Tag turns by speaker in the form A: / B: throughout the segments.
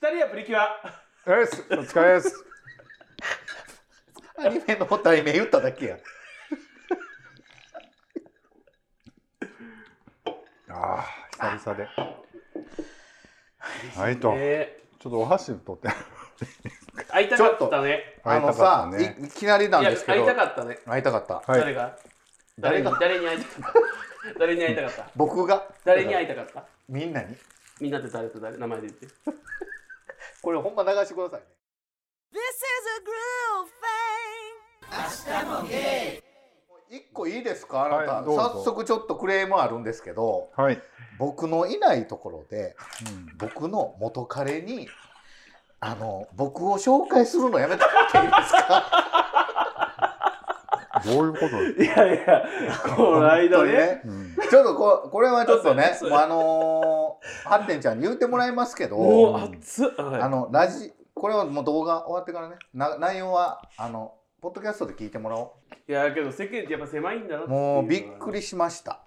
A: 二人はプリキュア。
B: よしお疲れです
C: アニメの題名言っただけや。
B: ああ久々ではいと
A: え
B: ちょっとお箸取って
A: ー、会いたかったね。
C: あ
B: 会い
C: の
B: たか
C: さ
B: った、ね
C: いいきなりないん
A: や
C: ですけ
A: 会い
C: ど
A: たかったね。
C: 会いたかった
B: はい
A: 誰が誰に
C: 誰が
A: 誰に会いたかった。誰に会いたかった。
C: 僕が
A: 誰に会いたかった。
C: みんなに
A: みんなで誰と誰名前で言って。
C: これほんま流してくださいね
D: This is a groove thing.
C: 一個いいですかあなた、
B: はいどうぞ
C: 早速ちょっとクレームあるんですけど
B: はい、
C: 僕のいないところで
B: うん
C: 僕の元彼にあの僕を紹介するのやめてもらっていいですか
B: どういうこと
A: いやいや、この間ね。
C: 本当に
B: うん
C: ちょっとここれはちょっとね
A: そうそう
C: もうあのー、ハッテンちゃんに言ってもらいますけど
A: もう熱っ。はい
C: あのラジこれはもう動画終わってからねな内容はあのポッドキャストで聞いてもらお
A: いやけど世間ってやっぱ狭いんだなっ
C: う
A: ていの
C: も
A: は
C: うびっくりしました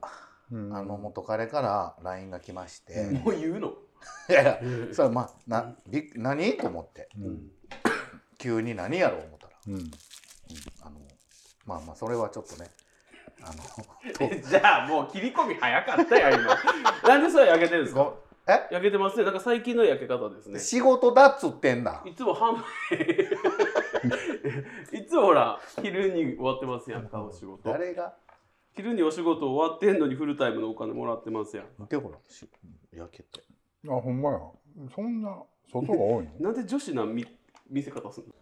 B: うん
C: あの元彼から LINE が来まして、
B: うん
A: もう言うの
C: いやいやそれまあなび何と思って
B: うん
C: 急に何やろう思ったら、
B: うん
C: うんあのまあまあそれはちょっとねあの
A: えじゃあもう切り込み早かったよ今なんでそれ焼けてるんですか
C: ごえ
A: 焼けてますねなんか最近の焼け方ですね
C: 仕事だっつってんだ
A: いつも半分いつもほら昼に終わってますやんかお仕事
C: 誰が
A: 昼にお仕事終わってんのにフルタイムのお金もらってますやん
C: 見てほらし焼けて
B: あほんまやそんな外が多いの
A: なんで女子な見見せ方すんの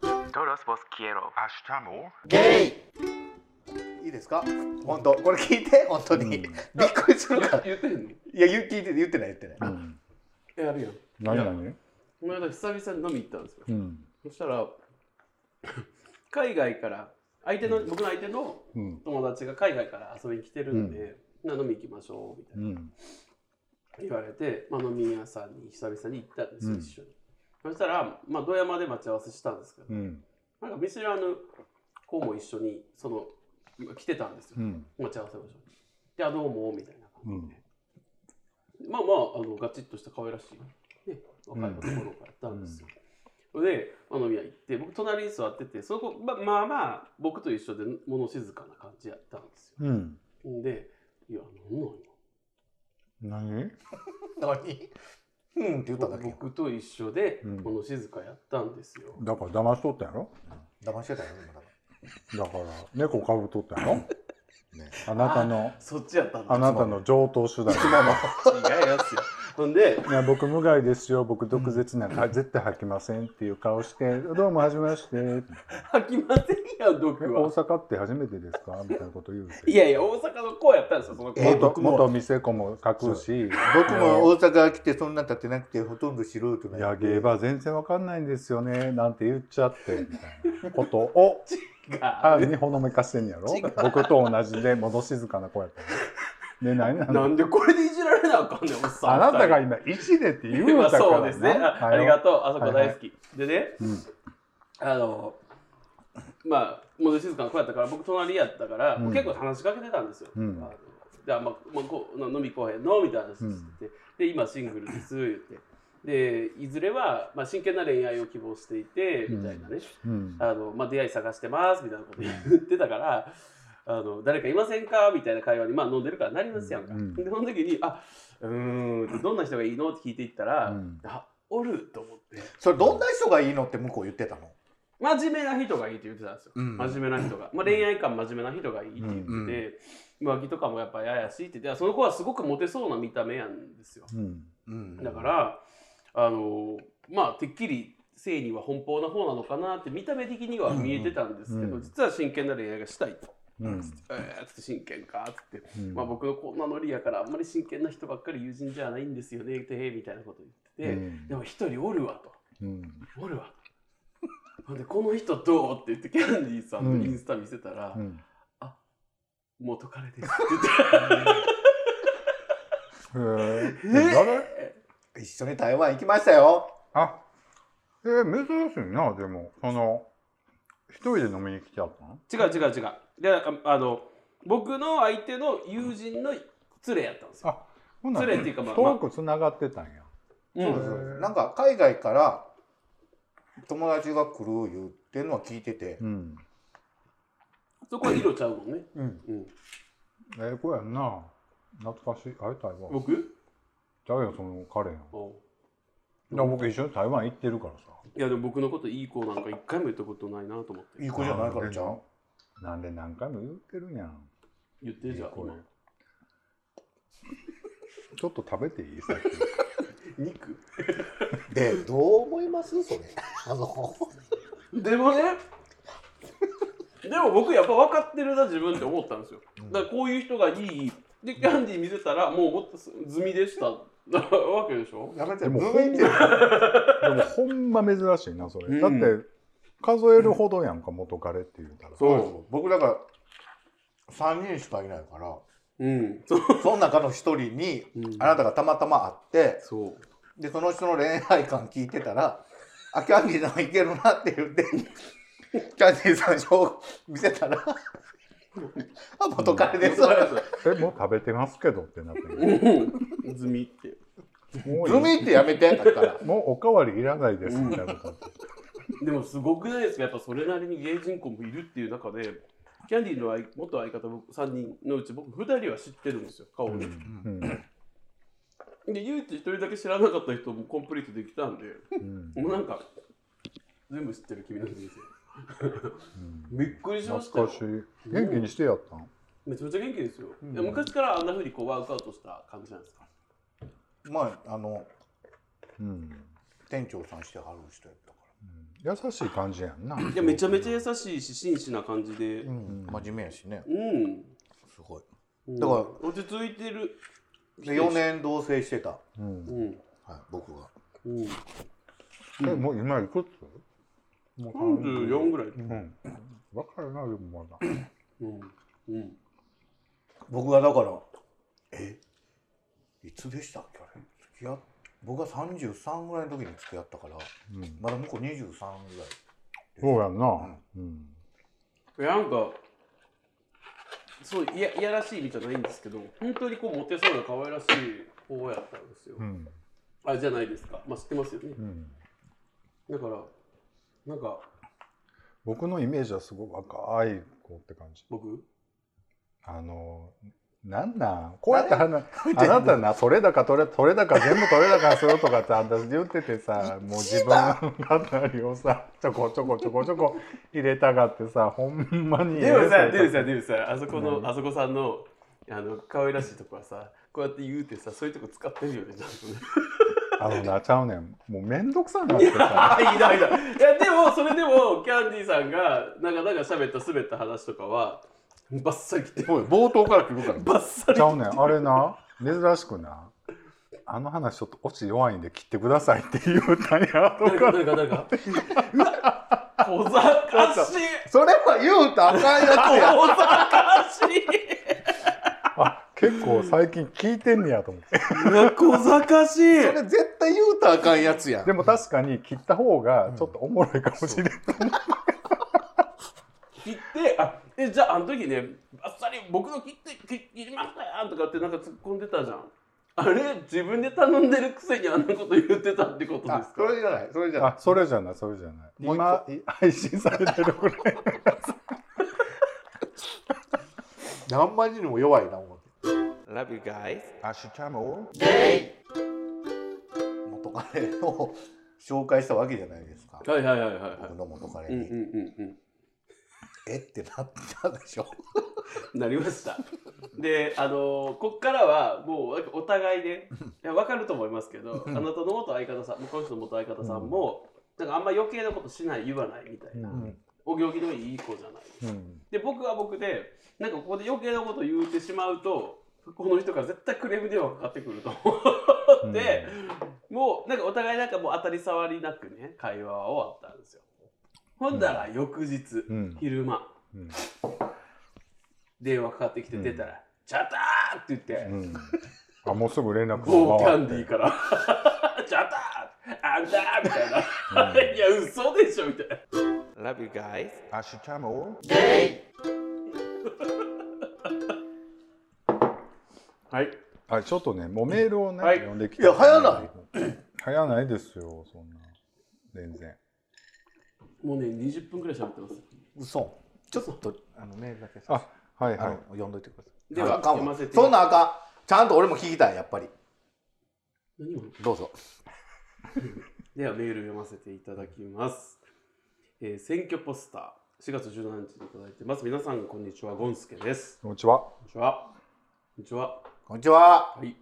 C: ゲイいいですか本当これ聞いて本当に、
B: うん
C: びっくりするからい
A: 言ってへんの
C: や言う聞いて言ってない言ってない、
B: うん
A: えやるやん
B: 何々
A: この間久々に飲み行ったんですよ
B: うん
A: そしたら海外から相手の僕の相手の
B: うん
A: 友達が海外から遊びに来てるんで、な飲み行きましょうみたいな
B: うん
A: 言われて、まあ、飲み屋さんに久々に行ったんですよ、
B: うん
A: 一緒にそしたら、まあ、土山で待ち合わせしたんですけど
B: うん
A: なんか見知らぬ子も一緒にそのまあ来てたんですよ
B: うん
A: 待ち合わせ場所にで「あどうも」みたいな
B: う
A: 感
B: ん
A: じで、まあまああのガチッとした可愛らしい、ね、若い男の子やったんですよ、であの飲み屋行って僕隣に座っててその子ままあまあ僕と一緒で物静かな感じやったんですよ
B: うん
A: で「いや何なんや
B: 何
C: 何うんって言っただけよ
A: 僕と一緒で
B: うん
A: 物静かやったんですよ、
B: だから騙しとったやろ
C: 騙してたよ今だか
B: だから猫かぶっとったや ろ
C: らね
B: あなたの
A: そっちやったん
B: あ
A: だ
B: なたの上等手段
A: 違いますよほんで
B: いや僕無害ですよ僕毒舌なんか絶対吐きませんっていう顔して「どうもはじめまして
A: 吐きませんやん
B: え
A: 毒は
B: 大阪って初めてですか?」みたいなこと言うて
A: いやいや、大阪の子やったんですよ、その子。
C: えー
B: 元
C: 僕も
B: 元店子も書くし
C: 僕も大阪来てそんな経ってなくてほとんど素人
B: 「い
C: な
B: や
C: んで
B: ゲーバー全然わかんないんですよね」なんて言っちゃってみたいなことを
A: が
B: あにほのめかしてんやろ僕と同じで物静かな子やったので 何な
A: な
B: の
A: んでこれでいじられなあかんねん、おっさん。
B: あなたが
A: い
B: 今「一で」って言
A: ま
B: う
A: あ
B: たから な
A: そうですね。あありがとう、あそこ大好き。でね、
B: うん
A: あの、まあ、もう静かな子やったから、僕隣やったから、
B: うん
A: もう結構話しかけてたんですよ。
B: うん
A: あので、あんま、まあ、こう飲み来へんのみたいな話してて、で、今シングルです、言って。で、いずれは、まあ、真剣な恋愛を希望していて、みたいなね。
B: うん
A: あのまあ、出会い探してますみたいなこと言ってたから、あの誰かいませんかみたいな会話に、まあ、飲んでるからなりますやんか。
B: うん
A: でその時に「あうーんどんな人がいいの?」って聞いていったら「
B: うん
A: あおる」と思って
C: それどんな人がいいのって向こう言ってたの
A: 真面目な人がいいって言ってたんですよ、
C: うん
A: 真面目な人が、まあ、恋愛観真面目な人がいいって言ってて、
C: うん
A: 浮気とかもやっぱややしいって言ってあその子はすごくモテそうな見た目なんですよ。
B: うん
C: うん
A: だからあのまあてっきり性には奔放な方なのかなって見た目的には見えてたんですけ
B: うん
A: ど、
B: うん
A: 実は真剣な恋愛がしたいと。
B: うん
A: えー、つって真剣かっつって、
B: うん
A: まあ、僕のこんなノリやからあんまり真剣な人ばっかり友人じゃないんですよねってみたいなこと言ってて、
B: うん
A: でも一人おるわと
B: うん
A: おるわとほんでこの人どうって言ってキャンディーさんのインスタ見せたら「
B: うん
A: 元彼です」って言って
B: へえ
A: 「え
B: 誰
C: 一緒に台湾行きましたよ
B: あえー、珍しいなでもその一人で飲みに来ちゃったの
A: 違う違う違うでああの僕の相手の友人の連れやったんですよ
B: あほんなら
A: 連れっていうかまあ
B: 遠くつながってたんや、
A: う
C: そ
A: ん
C: うです
B: へー
C: なんか海外から友達が来る言ってんのは聞いてて、
B: うん。
A: そこは色ちゃうもんね。
C: うん、
A: うん、
B: ええ子やんな。懐かしい。あれ台湾。
A: 僕
B: ちゃうよ、その彼やん。だか
A: あ
B: ら僕一緒に台湾行ってるからさ。
A: いやでも僕のこといい子なんか一回も言ったことないなと思って
C: いい子じゃないからちゃう
B: なんで何回も言ってるやん。
A: 言ってじゃあ
B: これ
A: 今。
B: ちょっと食べていいさっき。
A: 肉
C: でどう思いますそれ あの
A: でもね でも僕やっぱ分かってるな自分って思ったんですよだからこういう人がいいでキャンディー見せたらもうもっと済みでしたなわけでしょ
C: やめて
B: でも
C: ずるいって
B: でもほんま珍しいなそれ、
A: うん
B: だって数えるほどやんか元彼って言うたら、
C: そうです僕だから3人しかいないから
A: うんそう、
C: その中の1人に
A: うん
C: あなたがたまたま会って
A: そう
C: でその人の恋愛観聞いてたら「あキャンディーさんいけるな」って言 ってキャンディーさんを見せた ら「あ元彼です」
B: えもう食べてますけどってなってる
A: うん済みって
B: もう
C: ズミ
B: いい
C: ってやめてだから
B: もうおかわりいらないですみたいな感じ、
A: でもすごくないですかやっぱそれなりに芸人子もいるっていう中でキャンディーの相元相方僕3人のうち僕2人は知ってるんですよ顔
B: う
A: で、
B: んうん
A: で唯一1人だけ知らなかった人もコンプリートできたんで
B: うん
A: もうなんか全部知ってる君の人生
B: うん
A: びっくりしました
B: 懐
A: よ
B: かしい元気にしてやったん、
A: めちゃめちゃ元気ですよ、
C: うん
A: いや昔からあんなふうにこうワークアウトした感じなんですか
C: まああの
B: うん、
C: 店長さんしてはる人やったか
B: 優しい感じやんない
A: いやめちゃめちゃ優しいし真摯な感じで
C: ら、うん、真面目やしね
A: うん、
C: すごい
A: うん
C: だから
A: 落ち着いてる
C: で4年同棲してた、は
B: うん
A: うん
C: い、僕が
A: うん
B: えもう今いくつもう
A: 34ぐらい、
B: うん若いなでもまだ
A: うんうん、
C: 僕がだからえいつでしたっけあれ付き合っ僕が33ぐらいの時に付き合ったから
B: うん
C: まだ向こう23ぐらい
B: そうやんなうん
A: なんかそういやいやらしい意味じゃないんですけど本当にこうモテそうな可愛らしい方やったんですよ、
B: うん
A: あじゃないですかまあ知ってますよね
B: うん
A: だからなんか
B: 僕のイメージはすごい若い子って感じ
A: 僕
B: あのなんなんこうやって話 あなたなそれだか取れ取れだか全部取れだかするとかって私言っててさもう自分のあたりをさちょこちょこちょこちょこ入れたがってさほんまに
A: でもさ
B: ええ
A: でもさでもさあそこの
B: 何
A: あそこさんのあの可愛らしいとこはさこうやって言うてさそういうとこ使ってるよねちゃんとね
B: あのなちゃうねんもうめんどくさなってさ
A: あいいないいないやでもそれでもキャンディーさんがなんかなんか喋った滑った話とかはバッサリ来て
C: ごい冒頭から来るから
A: バッサリ
B: ちゃうねんあれな珍しくなあの話ちょっとオチ弱いんで切ってくださいって言うたんや と
A: 誰か
B: か
A: 誰か誰かうわ小賢しい
C: それは言うたらあかんや
A: 小
C: つや
A: 賢 しい
B: あ結構最近聞いてんねやと思って
A: うわ小賢しい
C: それ絶対言うたらあかんやつや
B: でも確かに切った方がちょっとおもろいかもしれない、
A: 切ってあえじゃああの時ねあっさり僕の切って切切りましたやんとかってなんか突っ込んでたじゃんあれ自分で頼んでるくせにあんなこと言ってたってことで
C: あ
A: す
C: そ
A: か
C: れじゃないそれじゃない
B: あそれじゃないそれじゃない
C: もう一
B: 今い配信されてるぐら い
C: 何万人にも弱いな思って
A: Love you guys
C: 元彼を紹介したわけじゃないですか
A: はいはいはいはいは
C: 僕の元彼
A: いうんうん
C: に
A: うん
C: えってなったでしょ
A: うんなりましたであのこっからはもうなんかお互いでいや分かると思いますけどあなたの元相方さんもうこの人の元相方さんも、なんかあんま余計なことしない言わないみたいな、
B: うん
A: お行儀のいい子じゃない
B: うん
A: で僕は僕でなんかここで余計なこと言うてしまうとこの人から絶対クレーム電話かかってくると思って、もうなんかお互いなんかもう当たり障りなくね会話は終わったんですよほんだら翌日、
B: うん
A: 昼間
B: うん
A: 電話かかってきて
B: うん
A: 出たら「チャター!」って言って、
B: うんあもうすぐ連絡
A: 某キャンディ
B: 回
A: ーから「チャター!」あんたーみたいな「いや嘘でしょ」みたいな「Love you guys」はい
B: はいちょっとねもうメールをね、
A: はい
B: 読んできて
C: いや早ない
B: 早早ないですよそんな全然
A: もうね、20分くらい喋ってます。
C: 嘘ちょっとあのメールだけさ
B: あはい
C: あ
B: は
C: の
B: い
C: 読んどいてください
A: では、
C: あかん
A: 読ま
C: わ
A: せて。
C: そんなんあかんちゃんと俺も聞きたいやっぱり
A: 何今の
C: どうぞ
A: ではメール読ませていただきます、えー選挙ポスター4月17日にいただいてます皆さんこんにちはゴンスケです
B: こんにちは
A: こんにちはこんにちは
C: こんにちは
A: はい、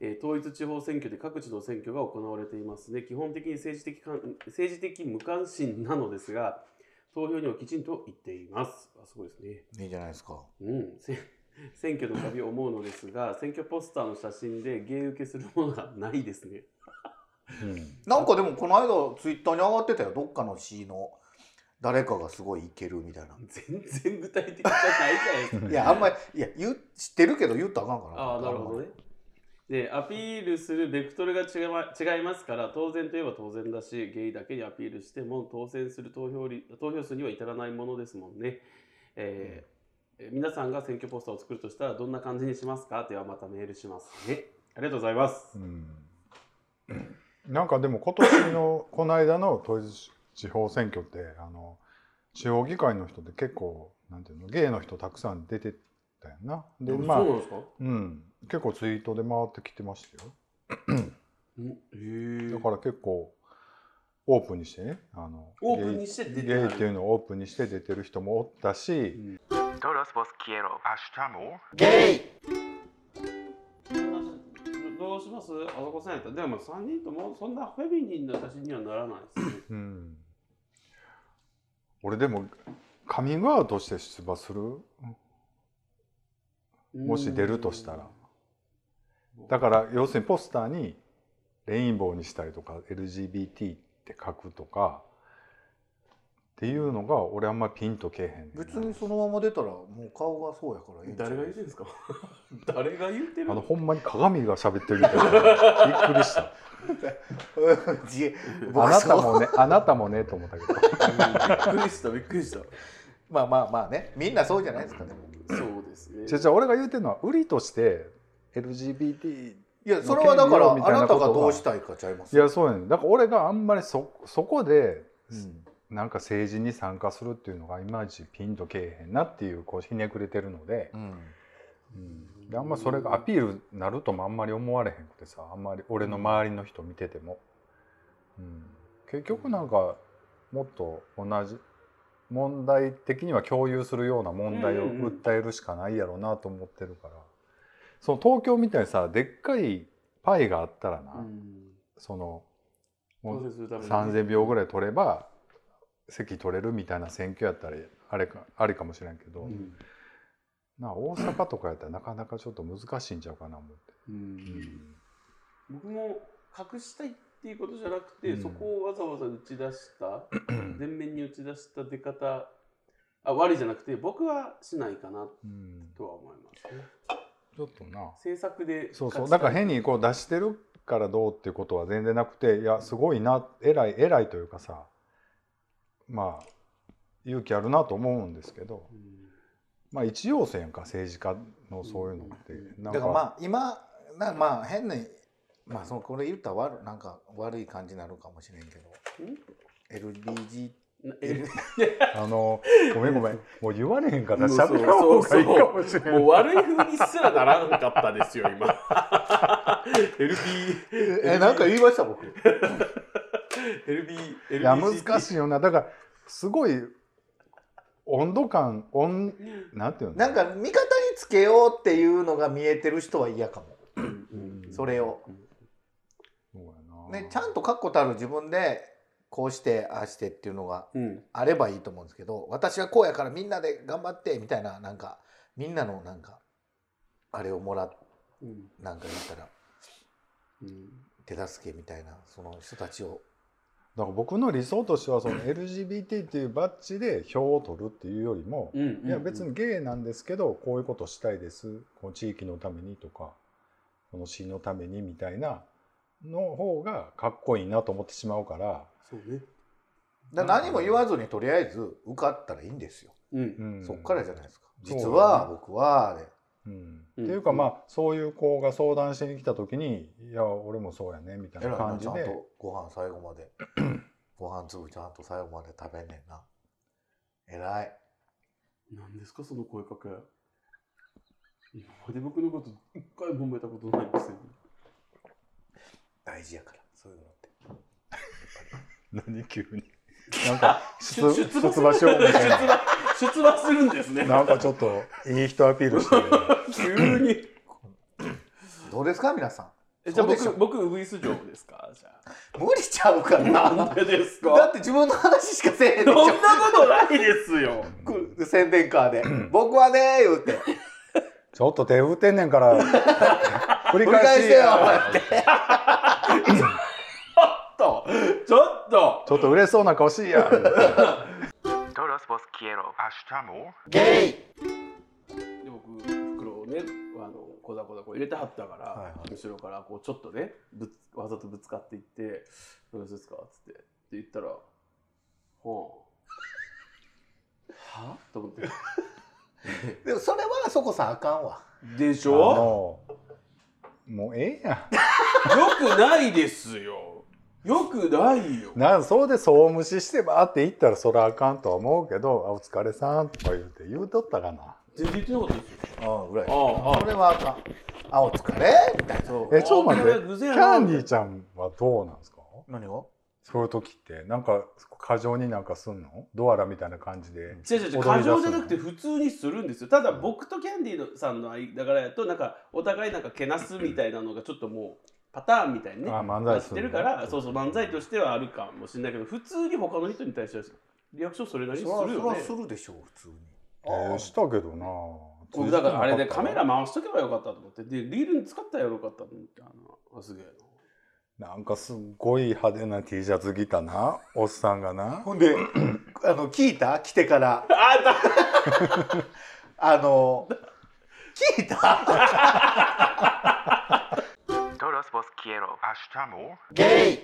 A: えー統一地方選挙で各地の選挙が行われていますね基本的に政治的かん政治的無関心なのですが投票にはきちんと行っていますあすごいですね
C: いいじゃないですか
A: うん、せ選挙の度思うのですが選挙ポスターの写真で芸受けするものがないですね
B: うん
C: なんかでもこの間ツイッターに上がってたよどっかの市の誰かがすごいいけるみたいな
A: 全然具体的じゃないじゃないですか
C: いやあんまりいや言う知ってるけど言ったらあかんから
A: ああなるほどねでアピールするベクトルが違,、ま、違いますから当然といえば当然だしゲイだけにアピールしても当選する投票率投票数には至らないものですもんね、えーえー皆さんが選挙ポスターを作るとしたらどんな感じにしますかではまたメールしますねありがとうございます、
B: うんなんかでも今年の この間の統一地方選挙ってあの地方議会の人って結構なんていうの芸の人たくさん出てたよなでまあ
A: そうなんですか
B: うん結構ツイートで回ってきてましたよ
A: んへえ
B: だから結構オープンにしてねあの
A: オープンにして出
B: ゲ
A: て
B: イゲイ
A: ない
B: っていうのをオープンにして出てる人もおったし、
C: ゲイ
A: どうしますあそこさんやったらでも3人ともそんなフェミニンな写真にはならないですね
B: うん、俺でもカミングアウトして出馬するもし出るとしたらだから要するにポスターにレインボーにしたりとか LGBT って書くとかっていうのが俺あんまピンとけえへんねんな
C: 別にそのまま出たらもう顔がそうやからいいんちゃう
A: 誰が言ってるんですか 誰が言ってる
B: あのほんまに鏡が喋ってるみ たいなびっくりした
C: うん 自衛僕
B: あなた
C: そう
B: もねあなたもねと思ったけど
A: びっくりしたびっくりした
C: まあまあまあねみんなそうじゃないですかでも
A: そうですね
B: じゃじゃ俺が言うてるのは売りとして LGBT
C: いやそれはだから
B: 権利をみた
C: あ
B: いな
C: な
B: こ
C: た
B: とが
C: がどうしたいかちゃいま
B: い
C: す
B: やそうやねんだから俺があんまりそそこで
C: うん
B: なんか政治に参加するっていうのがいまいちピンとけえへんなっていうこうひねくれてるので
C: う,、ん
B: うん、であんまそれがアピールなるともあんまり思われへんくてさあんまり俺の周りの人見てても、うん、結局なんかもっと同じ問題的には共有するような問題を
A: うんうんうん
B: 訴えるしかないやろうなと思ってるから、その東京みたいにさでっかいパイがあったらな、
A: うん
B: そのも
A: 当
B: う
A: 選するために
B: 3,000票ぐらい取れば席取れるみたいな選挙やったらあれかありかもしれんけど、
A: うん
B: なあ大阪とかやったらなかなかちょっと難しいんちゃうかな思って、
A: うん僕も隠したいっていうことじゃなくて、
B: うん
A: そこをわざわざ打ち出 した前面に打ち出した出方あ悪いじゃなくて僕はしないかな
B: うん
A: とは思いますね
B: ちょっとな
A: 制作で
B: そうそう
A: 勝
B: だ
A: ちた
B: か
A: い
B: ら変にこう出してるからどうっていうことは全然なくていやすごいな偉い偉いというかさまあ勇気あるなと思うんですけど
A: うん
B: まあ一要請やんか政治家のそういうのって、
A: うん
B: なん
C: だからまあ今なまあ変なまあそのこれ言ったら悪なんか悪い感じになるかもしれんけど LBG
A: なえ
B: あのごめんごめんもう言われへんから
A: うん
B: 喋らん方がいいかもしれない
A: もう悪い風にすらならなかったですよ今 LB
C: えなんか言いました僕
A: LB
B: いや
A: LB
B: 難しいよなだからすごい温度感温なんていうの
C: なんか味方につけようっていうのが見えてる人は嫌かも
A: うん
C: それを
B: そうやな
C: ねちゃんと確固たる自分でこうしてああしてっていうのが
A: うん
C: あればいいと思うんですけど私はこうやからみんなで頑張ってみたいななんかみんなのなんかあれをもらっ
A: うん
C: なんか言ったら
A: うん
C: 手助けみたいなその人たちを
B: だから僕の理想としてはその LGBT っていうバッジで票を取るっていうよりも、
A: うん
B: いや別にゲイなんですけどこういうことしたいですこの地域のためにとかこの市のためにみたいなの方がかっこいいなと思ってしまうから、
A: そうね
C: だから何も言わずにとりあえず受かったらいいんですよ、
A: うん
B: うん
C: そっからじゃないですか
B: そう
C: 実は僕はで
B: うん
A: うん
B: っていうかまあそういう子が相談しに来た時に「いや俺もそうやね」みたい
C: えら
B: ない
C: な
B: 感
C: ち
B: じ
C: ゃん
B: で
C: とご飯最後ま でご飯粒ちゃんと最後まで食べんねんなえらい
A: 何ですかその声かけ今まで僕のこと一回も褒めたことないんですよ
C: 大事やからそういうのって
B: 何急になんか
A: 出
B: 出
A: 出
B: 出
A: 馬
B: 馬しようみたいな
A: 出馬出馬するんですね
B: なんかちょっといい人アピールしてる、
A: 急に
C: どうですか皆さ
A: えじゃあ
C: そうでし
A: 僕
C: ょ
A: 僕ウイス嬢ですかじゃ
C: ん無理ちゃうか
A: あ
C: な
A: なんでです
C: だっ
A: か
C: て自分の話しかせえへん
A: そ
C: で
A: ん
C: し
A: な
C: ょ
A: ことないですよ
B: うん
C: く宣伝カー で「僕はね」言うて
B: ちょっと手振ってんね んから繰
C: 「
B: り
C: 繰り返
B: 返
C: し
B: してて
C: よ」
B: や
C: って
A: ちょっとちょっと
B: ちょっと嬉しそうな顔しいや
E: Todos vos quiero.
C: ゲイ
A: で僕袋をねあのこざこざこう入れてはったから、
C: はいはい
A: 後ろからこうちょっとねぶつわざとぶつかっていって「どうですか?」っつってって言ったら「ほうはと思って
C: でもそれはそこさんあかんわ
A: でし
B: あ
A: ょ
B: のもうええや
A: よくないですよよくないよ
B: んなんそうでそう無視してばーって言ったらそらあかんとは思うけど「あお疲れさん」とか言うて言うとったかな
A: 全然言ってなかったですよ
C: うんぐらい
A: ああ
C: それはあかんあお疲れみたいな
A: そう
B: えちょっと待って
A: あこれは偶
B: キ
A: 然やな
B: ャンディーちゃんはどうなんですか
C: 何を
B: そういう時ってなんか過剰になんかすんのドアラみたいな感じで
A: 違う違う違う過剰じゃなくて普通にするんですよただ僕とキャンディーのさんの間柄やとなんかお互いなんかけなすみたいなのがちょっともうパターンみたいにね
B: あ漫
A: な
B: 才
A: っ
B: す
A: て
B: る
A: るからそうそう漫才としてはあるかもしれないけど普通に他の人に対してはリアクションそれなりに
C: そ
A: す
C: れ
A: る
C: はそれ
A: よ
C: は
A: ね
C: するでしょう普通に
B: えーしたけどな
A: 僕だからあれでカメラ回しとけばよかったと思ってでリールに使ったらよかったと思ってあのあすげえ
B: なんかすっごい派手な T シャツ着たなおっさんがな
C: ほん であの聞いた来てから
A: なあだ
C: あ の聞いた
E: Todos vos quiero.
C: ゲイ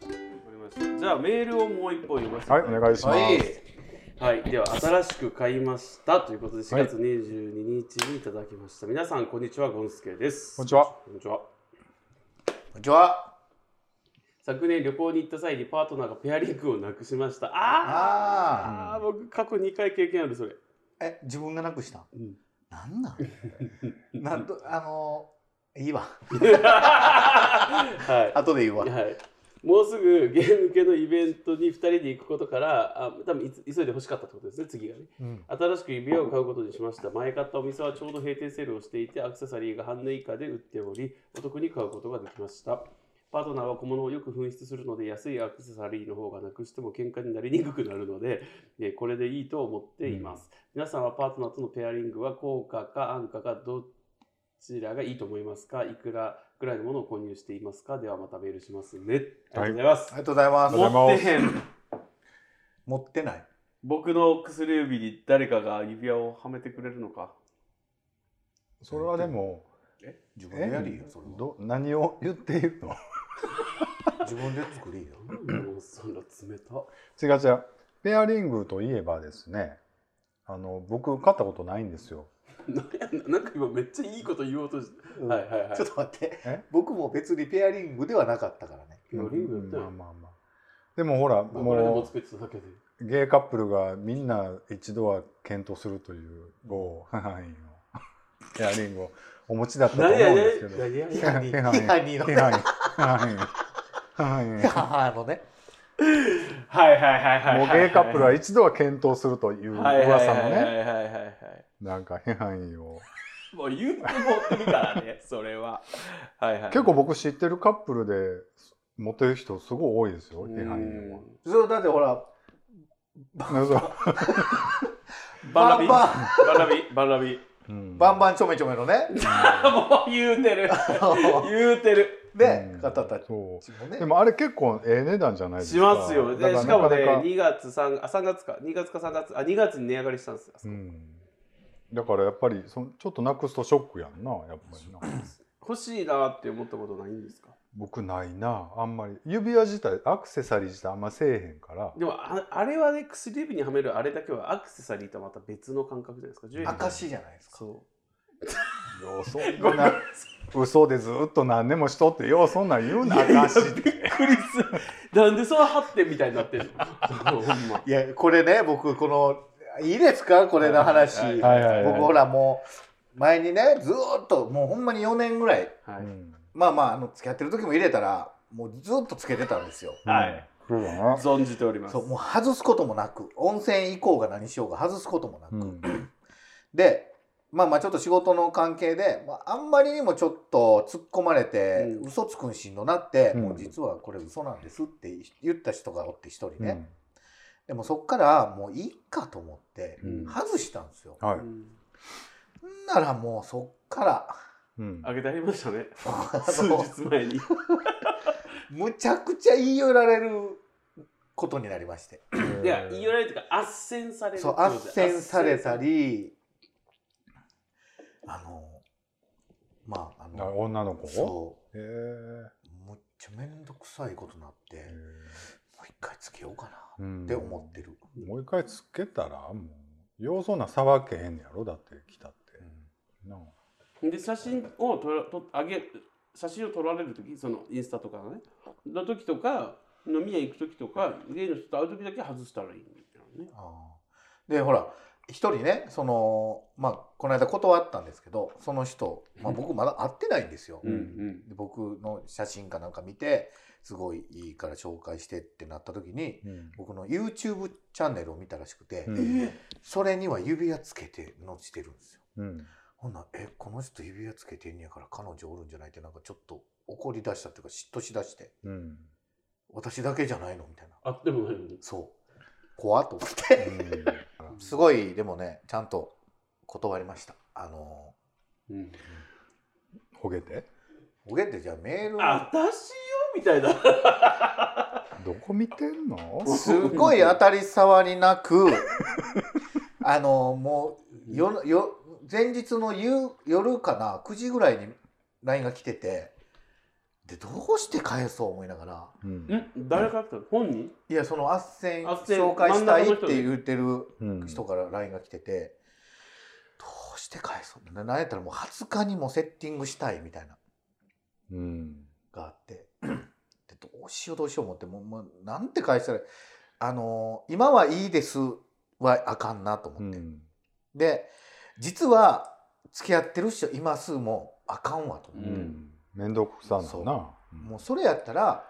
A: わかりましたじゃあメールをもう一本読ませて
B: はい
A: だ
B: お願いします、
C: はい
A: はい、では新しく買いましたということで4月22日にいただきました、皆さんこんにちはゴンスケです
B: こんにちは
A: こんにちは
C: こんにちは
A: 昨年旅行に行った際にパートナーがペアリングをなくしましたあ
C: あ
A: あー僕過去2回経験あるそれ
C: ーえ自分がなくした
A: うん
C: なんなんなんとあのいいわ
A: はい
C: 後で言うわ
A: はい、もうすぐゲーム系のイベントに2人で行くことからあ多分いつ急いで欲しかったってことですね次がね、
C: うん
A: 新しく指輪を買うことにしました前買ったお店はちょうど閉店セールをしていてアクセサリーが半値以下で売っておりお得に買うことができましたパートナーは小物をよく紛失するので安いアクセサリーの方がなくしても喧嘩になりにくくなるので、 えーこれでいいと思っています、皆さんはパートナーとのペアリングは効果か安価かどちらがいいと思いますかいくらぐらいのものを購入していますかではまたメールしますね。ありがとうございます
C: あ。りがとうございます
B: はい
A: 持ってへん。
C: 持ってない
A: 僕の薬指に誰かが指輪をはめてくれるのか。
B: それはでも
C: 自分
B: え
C: でやりよそれは
B: ど何を言っているの
C: 自分で作りよ
A: もうそんな冷た。
B: 違う違うペアリングといえばですねあの僕買ったことないんですよ
A: なんやなんか今めっちゃいいこと言おうとして。
C: うん
A: はいはいはい
C: ちょっと待って
B: え
C: 僕も別にペアリングではなかったからね
A: ペアリングやったよ。
B: まあまあまあでもほ
A: ま
B: ら
A: あこれでも
B: も
A: 作ってただけで。
B: うゲイカップルがみんな一度は検討するという某範囲の ペアリングをお持ちだったと思うん
A: 何やね
B: ですけど
A: 何やね
B: ペアリン グ
C: ペアリング
B: ペアリングペアリングペアリング
C: あのね
A: はいはいはいはい。
B: もうゲイカップルは
A: はい
B: 一度は検討するという
A: はいはい
B: 噂
A: は
B: の
A: い
B: ね
A: はいはいはい。
B: なんか批判を
A: もう言うてもってるからね、それは。はいはい。
B: 結構僕知ってるカップルでモテる人すごい多いですよ批
A: う
B: 判
A: ん
B: を
C: それだってほら
B: そう
A: バラ
C: バ
A: ビ
C: ン
A: バ
C: バン
A: ラビバラビ。
B: うん
C: バンバンちょめちょめの ね
A: もう言うてる。
C: あの
A: 言うてる。
C: ね
B: うん
C: 方たち
B: そう
C: もね
B: でもあれ結構ええ値段じゃないです
A: し
B: か
A: ますよ。で、
B: だ
A: しかもね、
B: なな
A: 2月3、あ、3月か、2月か3月、あ、2月に値上がりしたんですよ。
B: うん、だからやっぱりそのちょっとなくすとショックやんなやっぱりな
A: 欲しいなって思ったことないんですか
B: 僕ないなあんまり指輪自体アクセサリー自体あんませえへんから
A: でもあ、あれはね、薬指にはめるあれだけはアクセサリーとはまた別の感覚じゃないですか。ジュエリー
C: 証じゃないですか
A: そ
B: ようそんな嘘でずっと何年もしとってようそんなん言うなあかんしっ
A: ク
B: て
A: リスなんでその発展みたいになってんのそうほんま
C: いやこれね僕このいいですかこれの話、
A: はい
B: はいはいはい
C: 僕ほらもう前にねずーっともうほんまに4年ぐらい
A: は
B: う
A: い、
B: ん
C: まあまああの付き合ってる時も入れたらもうずっとつけてたんですよ
A: はい
B: そうだな
A: 存じております
C: そうもう外すこともなく温泉以降が何しようが外すこともなく、
B: うん
C: でまあまあちょっと仕事の関係で、まあ、あんまりにもちょっと突っ込まれて、
A: うん
C: 嘘つくんしんどなって、
B: うん
C: もう実はこれ嘘なんですって言った人がおって一人ね、
B: うん
C: でもそっからもういいかと思って
B: うん
C: 外したんですよ、
B: はい
A: うん
C: んならもうそっから
B: うん
A: あげてありましたね
C: あ
A: 数
C: の
A: 日前に
C: むちゃくちゃ言い寄られることになりまして
A: いや言い寄られるというか圧旋される
C: そう
A: ってこと
C: 斡
A: で
C: 旋されたりあのまああ
B: な
C: の
B: 女の子
C: そ
B: へえ
C: うむっちゃ面倒くさいことになってもう一回つけようかな
B: うん
C: って思ってる、
B: もう一回つけたらもうようそんなんさばけへんねやろだって来たってなあ
A: で写真を撮ら撮あげ写真を撮られる時そのインスタとかのねの時とか飲み屋行く時とか家の人と会う時だけ外したらいいみたいなね
C: あーでほら一人ねそのまあこの間断ったんですけどその人、まあ、僕まだ会ってないんですよ、
B: うん
C: で僕の写真かなんか見てすごいいいから紹介してってなった時に
B: うん
C: 僕の YouTube チャンネルを見たらしくて、
B: うん
C: それには指輪つけて載してるんですよ。
B: うん
C: ほんならえこの人指輪つけてんねやから彼女おるんじゃないってなんかちょっと怒り出したっていうか嫉妬しだして
B: うん
C: 私だけじゃないのみたいな
A: あってもないのに
C: そう怖っと思ってすごいでもねちゃんと断りましたあの
A: うん
B: ほげて
C: おげってじゃあメール
A: あたしよみたいな
B: どこ見てんの
C: すごい当たり障りなく あのもうよよ前日の夕夜かな9時ぐらいに LINE が来ててでどうして返そう思いながら
B: うん
A: ん誰から来たの本人
C: いやその斡旋
A: 斡旋
C: 紹介したい
A: 真ん中の
C: っ
A: 人
C: て言ってる
B: うん
C: 人から LINE が来ててどうして返そうななんやったらもう20日にもセッティングしたいみたいな
B: うん
C: があって でどうしようどうしよう思ってもうもうなんて返したらあのー今はいいですはあかんなと
B: う
C: 思って、
B: ん
C: で実は付き合ってる人今すぐもうあかんわと思
B: う
C: って、
B: ん面倒くさんだな
C: もうそれやったら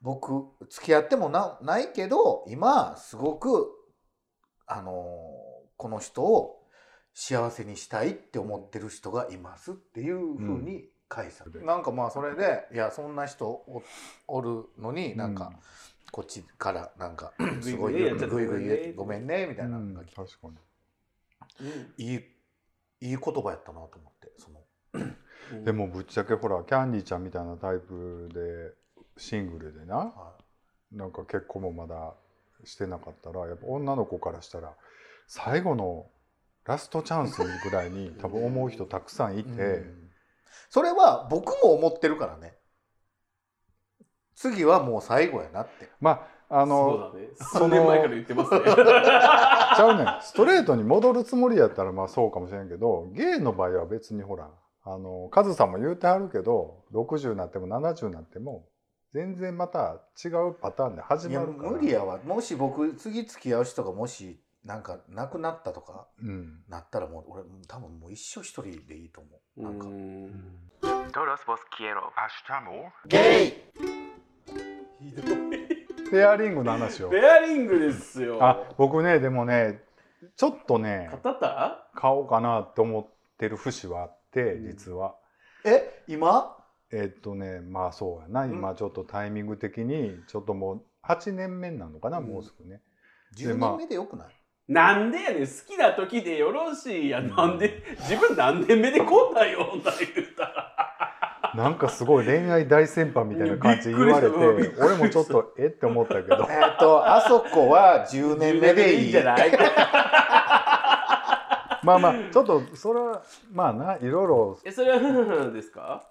C: 僕付き合ってもなないけど今すごくあのーこの人を幸せにしたいって思ってる人がいますっていうふうに返さ、
B: うん
C: なんかまあそれでいやそんな人おおるのになんか、
B: うん
C: こっちからなんか
A: ぐいぐい
C: すごい
A: やっ
B: ちゃって
C: グイグイ言ってご
A: ご
C: め
A: め
C: んねみた
B: う
C: いなの
B: ん
C: が来て、
B: 確かに
C: いいいい言葉やったなと思ってその
B: でもぶっちゃけほらキャンディーちゃんみたいなタイプでシングルでな
C: はい
B: なんか結婚もまだしてなかったらやっぱ女の子からしたら最後のラストチャンスぐらいに多分思う人たくさんいて、
C: うんそれは僕も思ってるからね次はもう最後やなって
B: まああ
A: あ
B: の
A: のそうだね3
B: その
A: 年前から言ってますね
B: ちゃうねんストレートに戻るつもりやったらまあそうかもしれんけどゲイの場合は別にほらあのカズさんも言うてはるけど60になっても70になっても全然また違うパターンで始
C: いや
B: まるから
C: 無理やわもし僕次付き合う人がもしなんか亡くなったとか
B: うん、
C: なったらもう俺多分もう一生一人でいいと思うなんか
A: うん
E: Todos vos quiero.
C: ゲイ
A: ひどい
B: ペアリングの話を
A: ペアリングですよ
B: あ僕ねでもねちょっとね
A: 語った
B: 買おうかなと思ってる節はあって
A: うん
B: 実は、
C: え今
B: えっとねまあそうやな
C: うん
B: 今ちょっとタイミング的にちょっともう8年目なのかな、
A: うん
B: もうすぐねで
C: 10
B: まあ
C: 年目でよくない、
A: なんでやねん好きな時でよろしいやんなんで自分何年目でこんなんよ女言うたら
B: なんかすごい恋愛大先輩みたいな感じ
A: びっく
B: 言
A: り
B: わ
A: し
B: れ
A: た
B: て
A: うんびっくりした
B: 俺もちょっとえって思った けど
C: えっとあそこは10年目でいい
A: んじゃない
B: まあまあちょっとそれはまあないろいろ
A: えそれはふんふんですか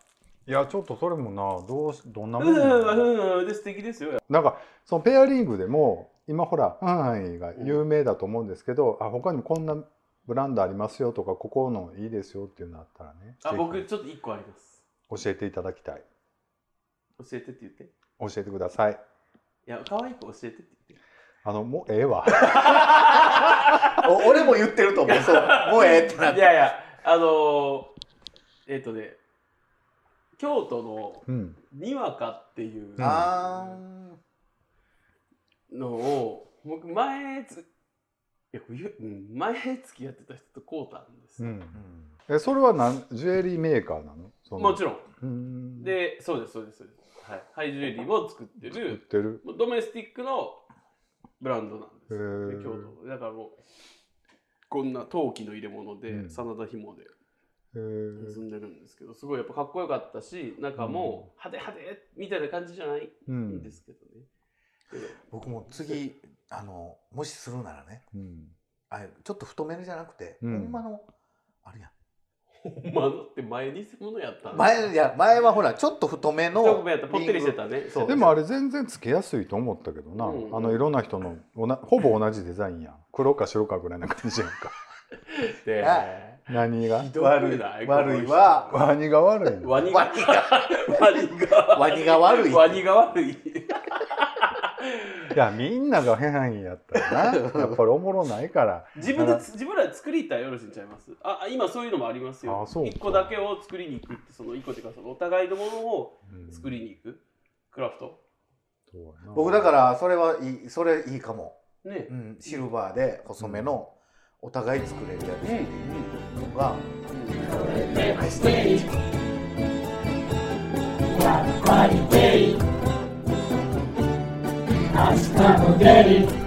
B: いやちょっとそれもなどうしどんな
A: ふ
B: も
A: ん
B: ん
A: ふ
B: なんの
A: はふんふんで素敵ですよ
B: なんかそのペアリングでも今ほら「はい」が有名だと思うんですけど、あ他にもこんなブランドありますよとかここのいいですよっていうのあったらね
A: あ
B: ぜ
A: 僕ちょっと1個あります
B: ひ教えていただきたい
A: 教えてって言ってい
B: 教えてください
A: や可愛い子教えてって言って
B: あのもうえ えわ
C: お俺も言ってると思うそうもうええってなっ
A: い
C: て
A: やいやあのー、えっ、とね京都の
B: うん
A: にわかっていう
C: あ
A: のを僕前ついやこれ言ううん前付き合ってた人とこうたんです
B: う
A: よ、
C: ー
B: ん
C: うん
B: えそれはなんジュエリーメーカーなのその
A: もちろん
B: うん
A: でそうですそうですそうですはいハイジュエリーも作って
B: 売っ
A: る
B: てる
A: もうドメスティックのブランドなんです
B: へ
A: よ
B: ー
A: で京都だからもうこんな陶器の入れ物で、
B: うん
A: 真田紐で
B: へ
A: 結
B: ー
A: んでるんですけどすごいやっぱかっこよかったし中も派手派手みたいな感じじゃない
B: うんん
A: ですけどね、けど
C: 僕も次あのもしするならね
B: うん
C: あれちょっと太めじゃなくて、
B: うん
C: ほんまのあれや
A: ほんまのって前にものやったん
C: 前いや前はほらちょっと太め
A: 一
C: の
A: 目やったぽってりしてたねそう
B: でもあれ全然つけやすいと思ったけどな、
A: うん
B: あのいろんな人の おなほぼ同じデザインやん黒か白かぐらいな感じやんか
A: で
C: あ
B: 何が
A: ど
C: 悪
A: く
C: い
A: ない
C: 悪いは
B: ワニが悪いの
A: ワニが
C: ワニが
A: ワニが
C: ワニが悪い
A: ワニが悪い
B: いやみんなが変やった らなやっぱりおもろないから
A: 自分でつ自分らで作りたらよろしいんちゃいますああ今そういうのもありますよ
B: あそうか
A: 一個だけを作りに行くってその一個っていうかそのお互いのものを作りに行くクラフト
C: 僕だかららそれはいいそれいいかも、
A: ね
C: うん、シルバーで細めのお互い作れるやつっていうのが、
F: Hasta spaghetti.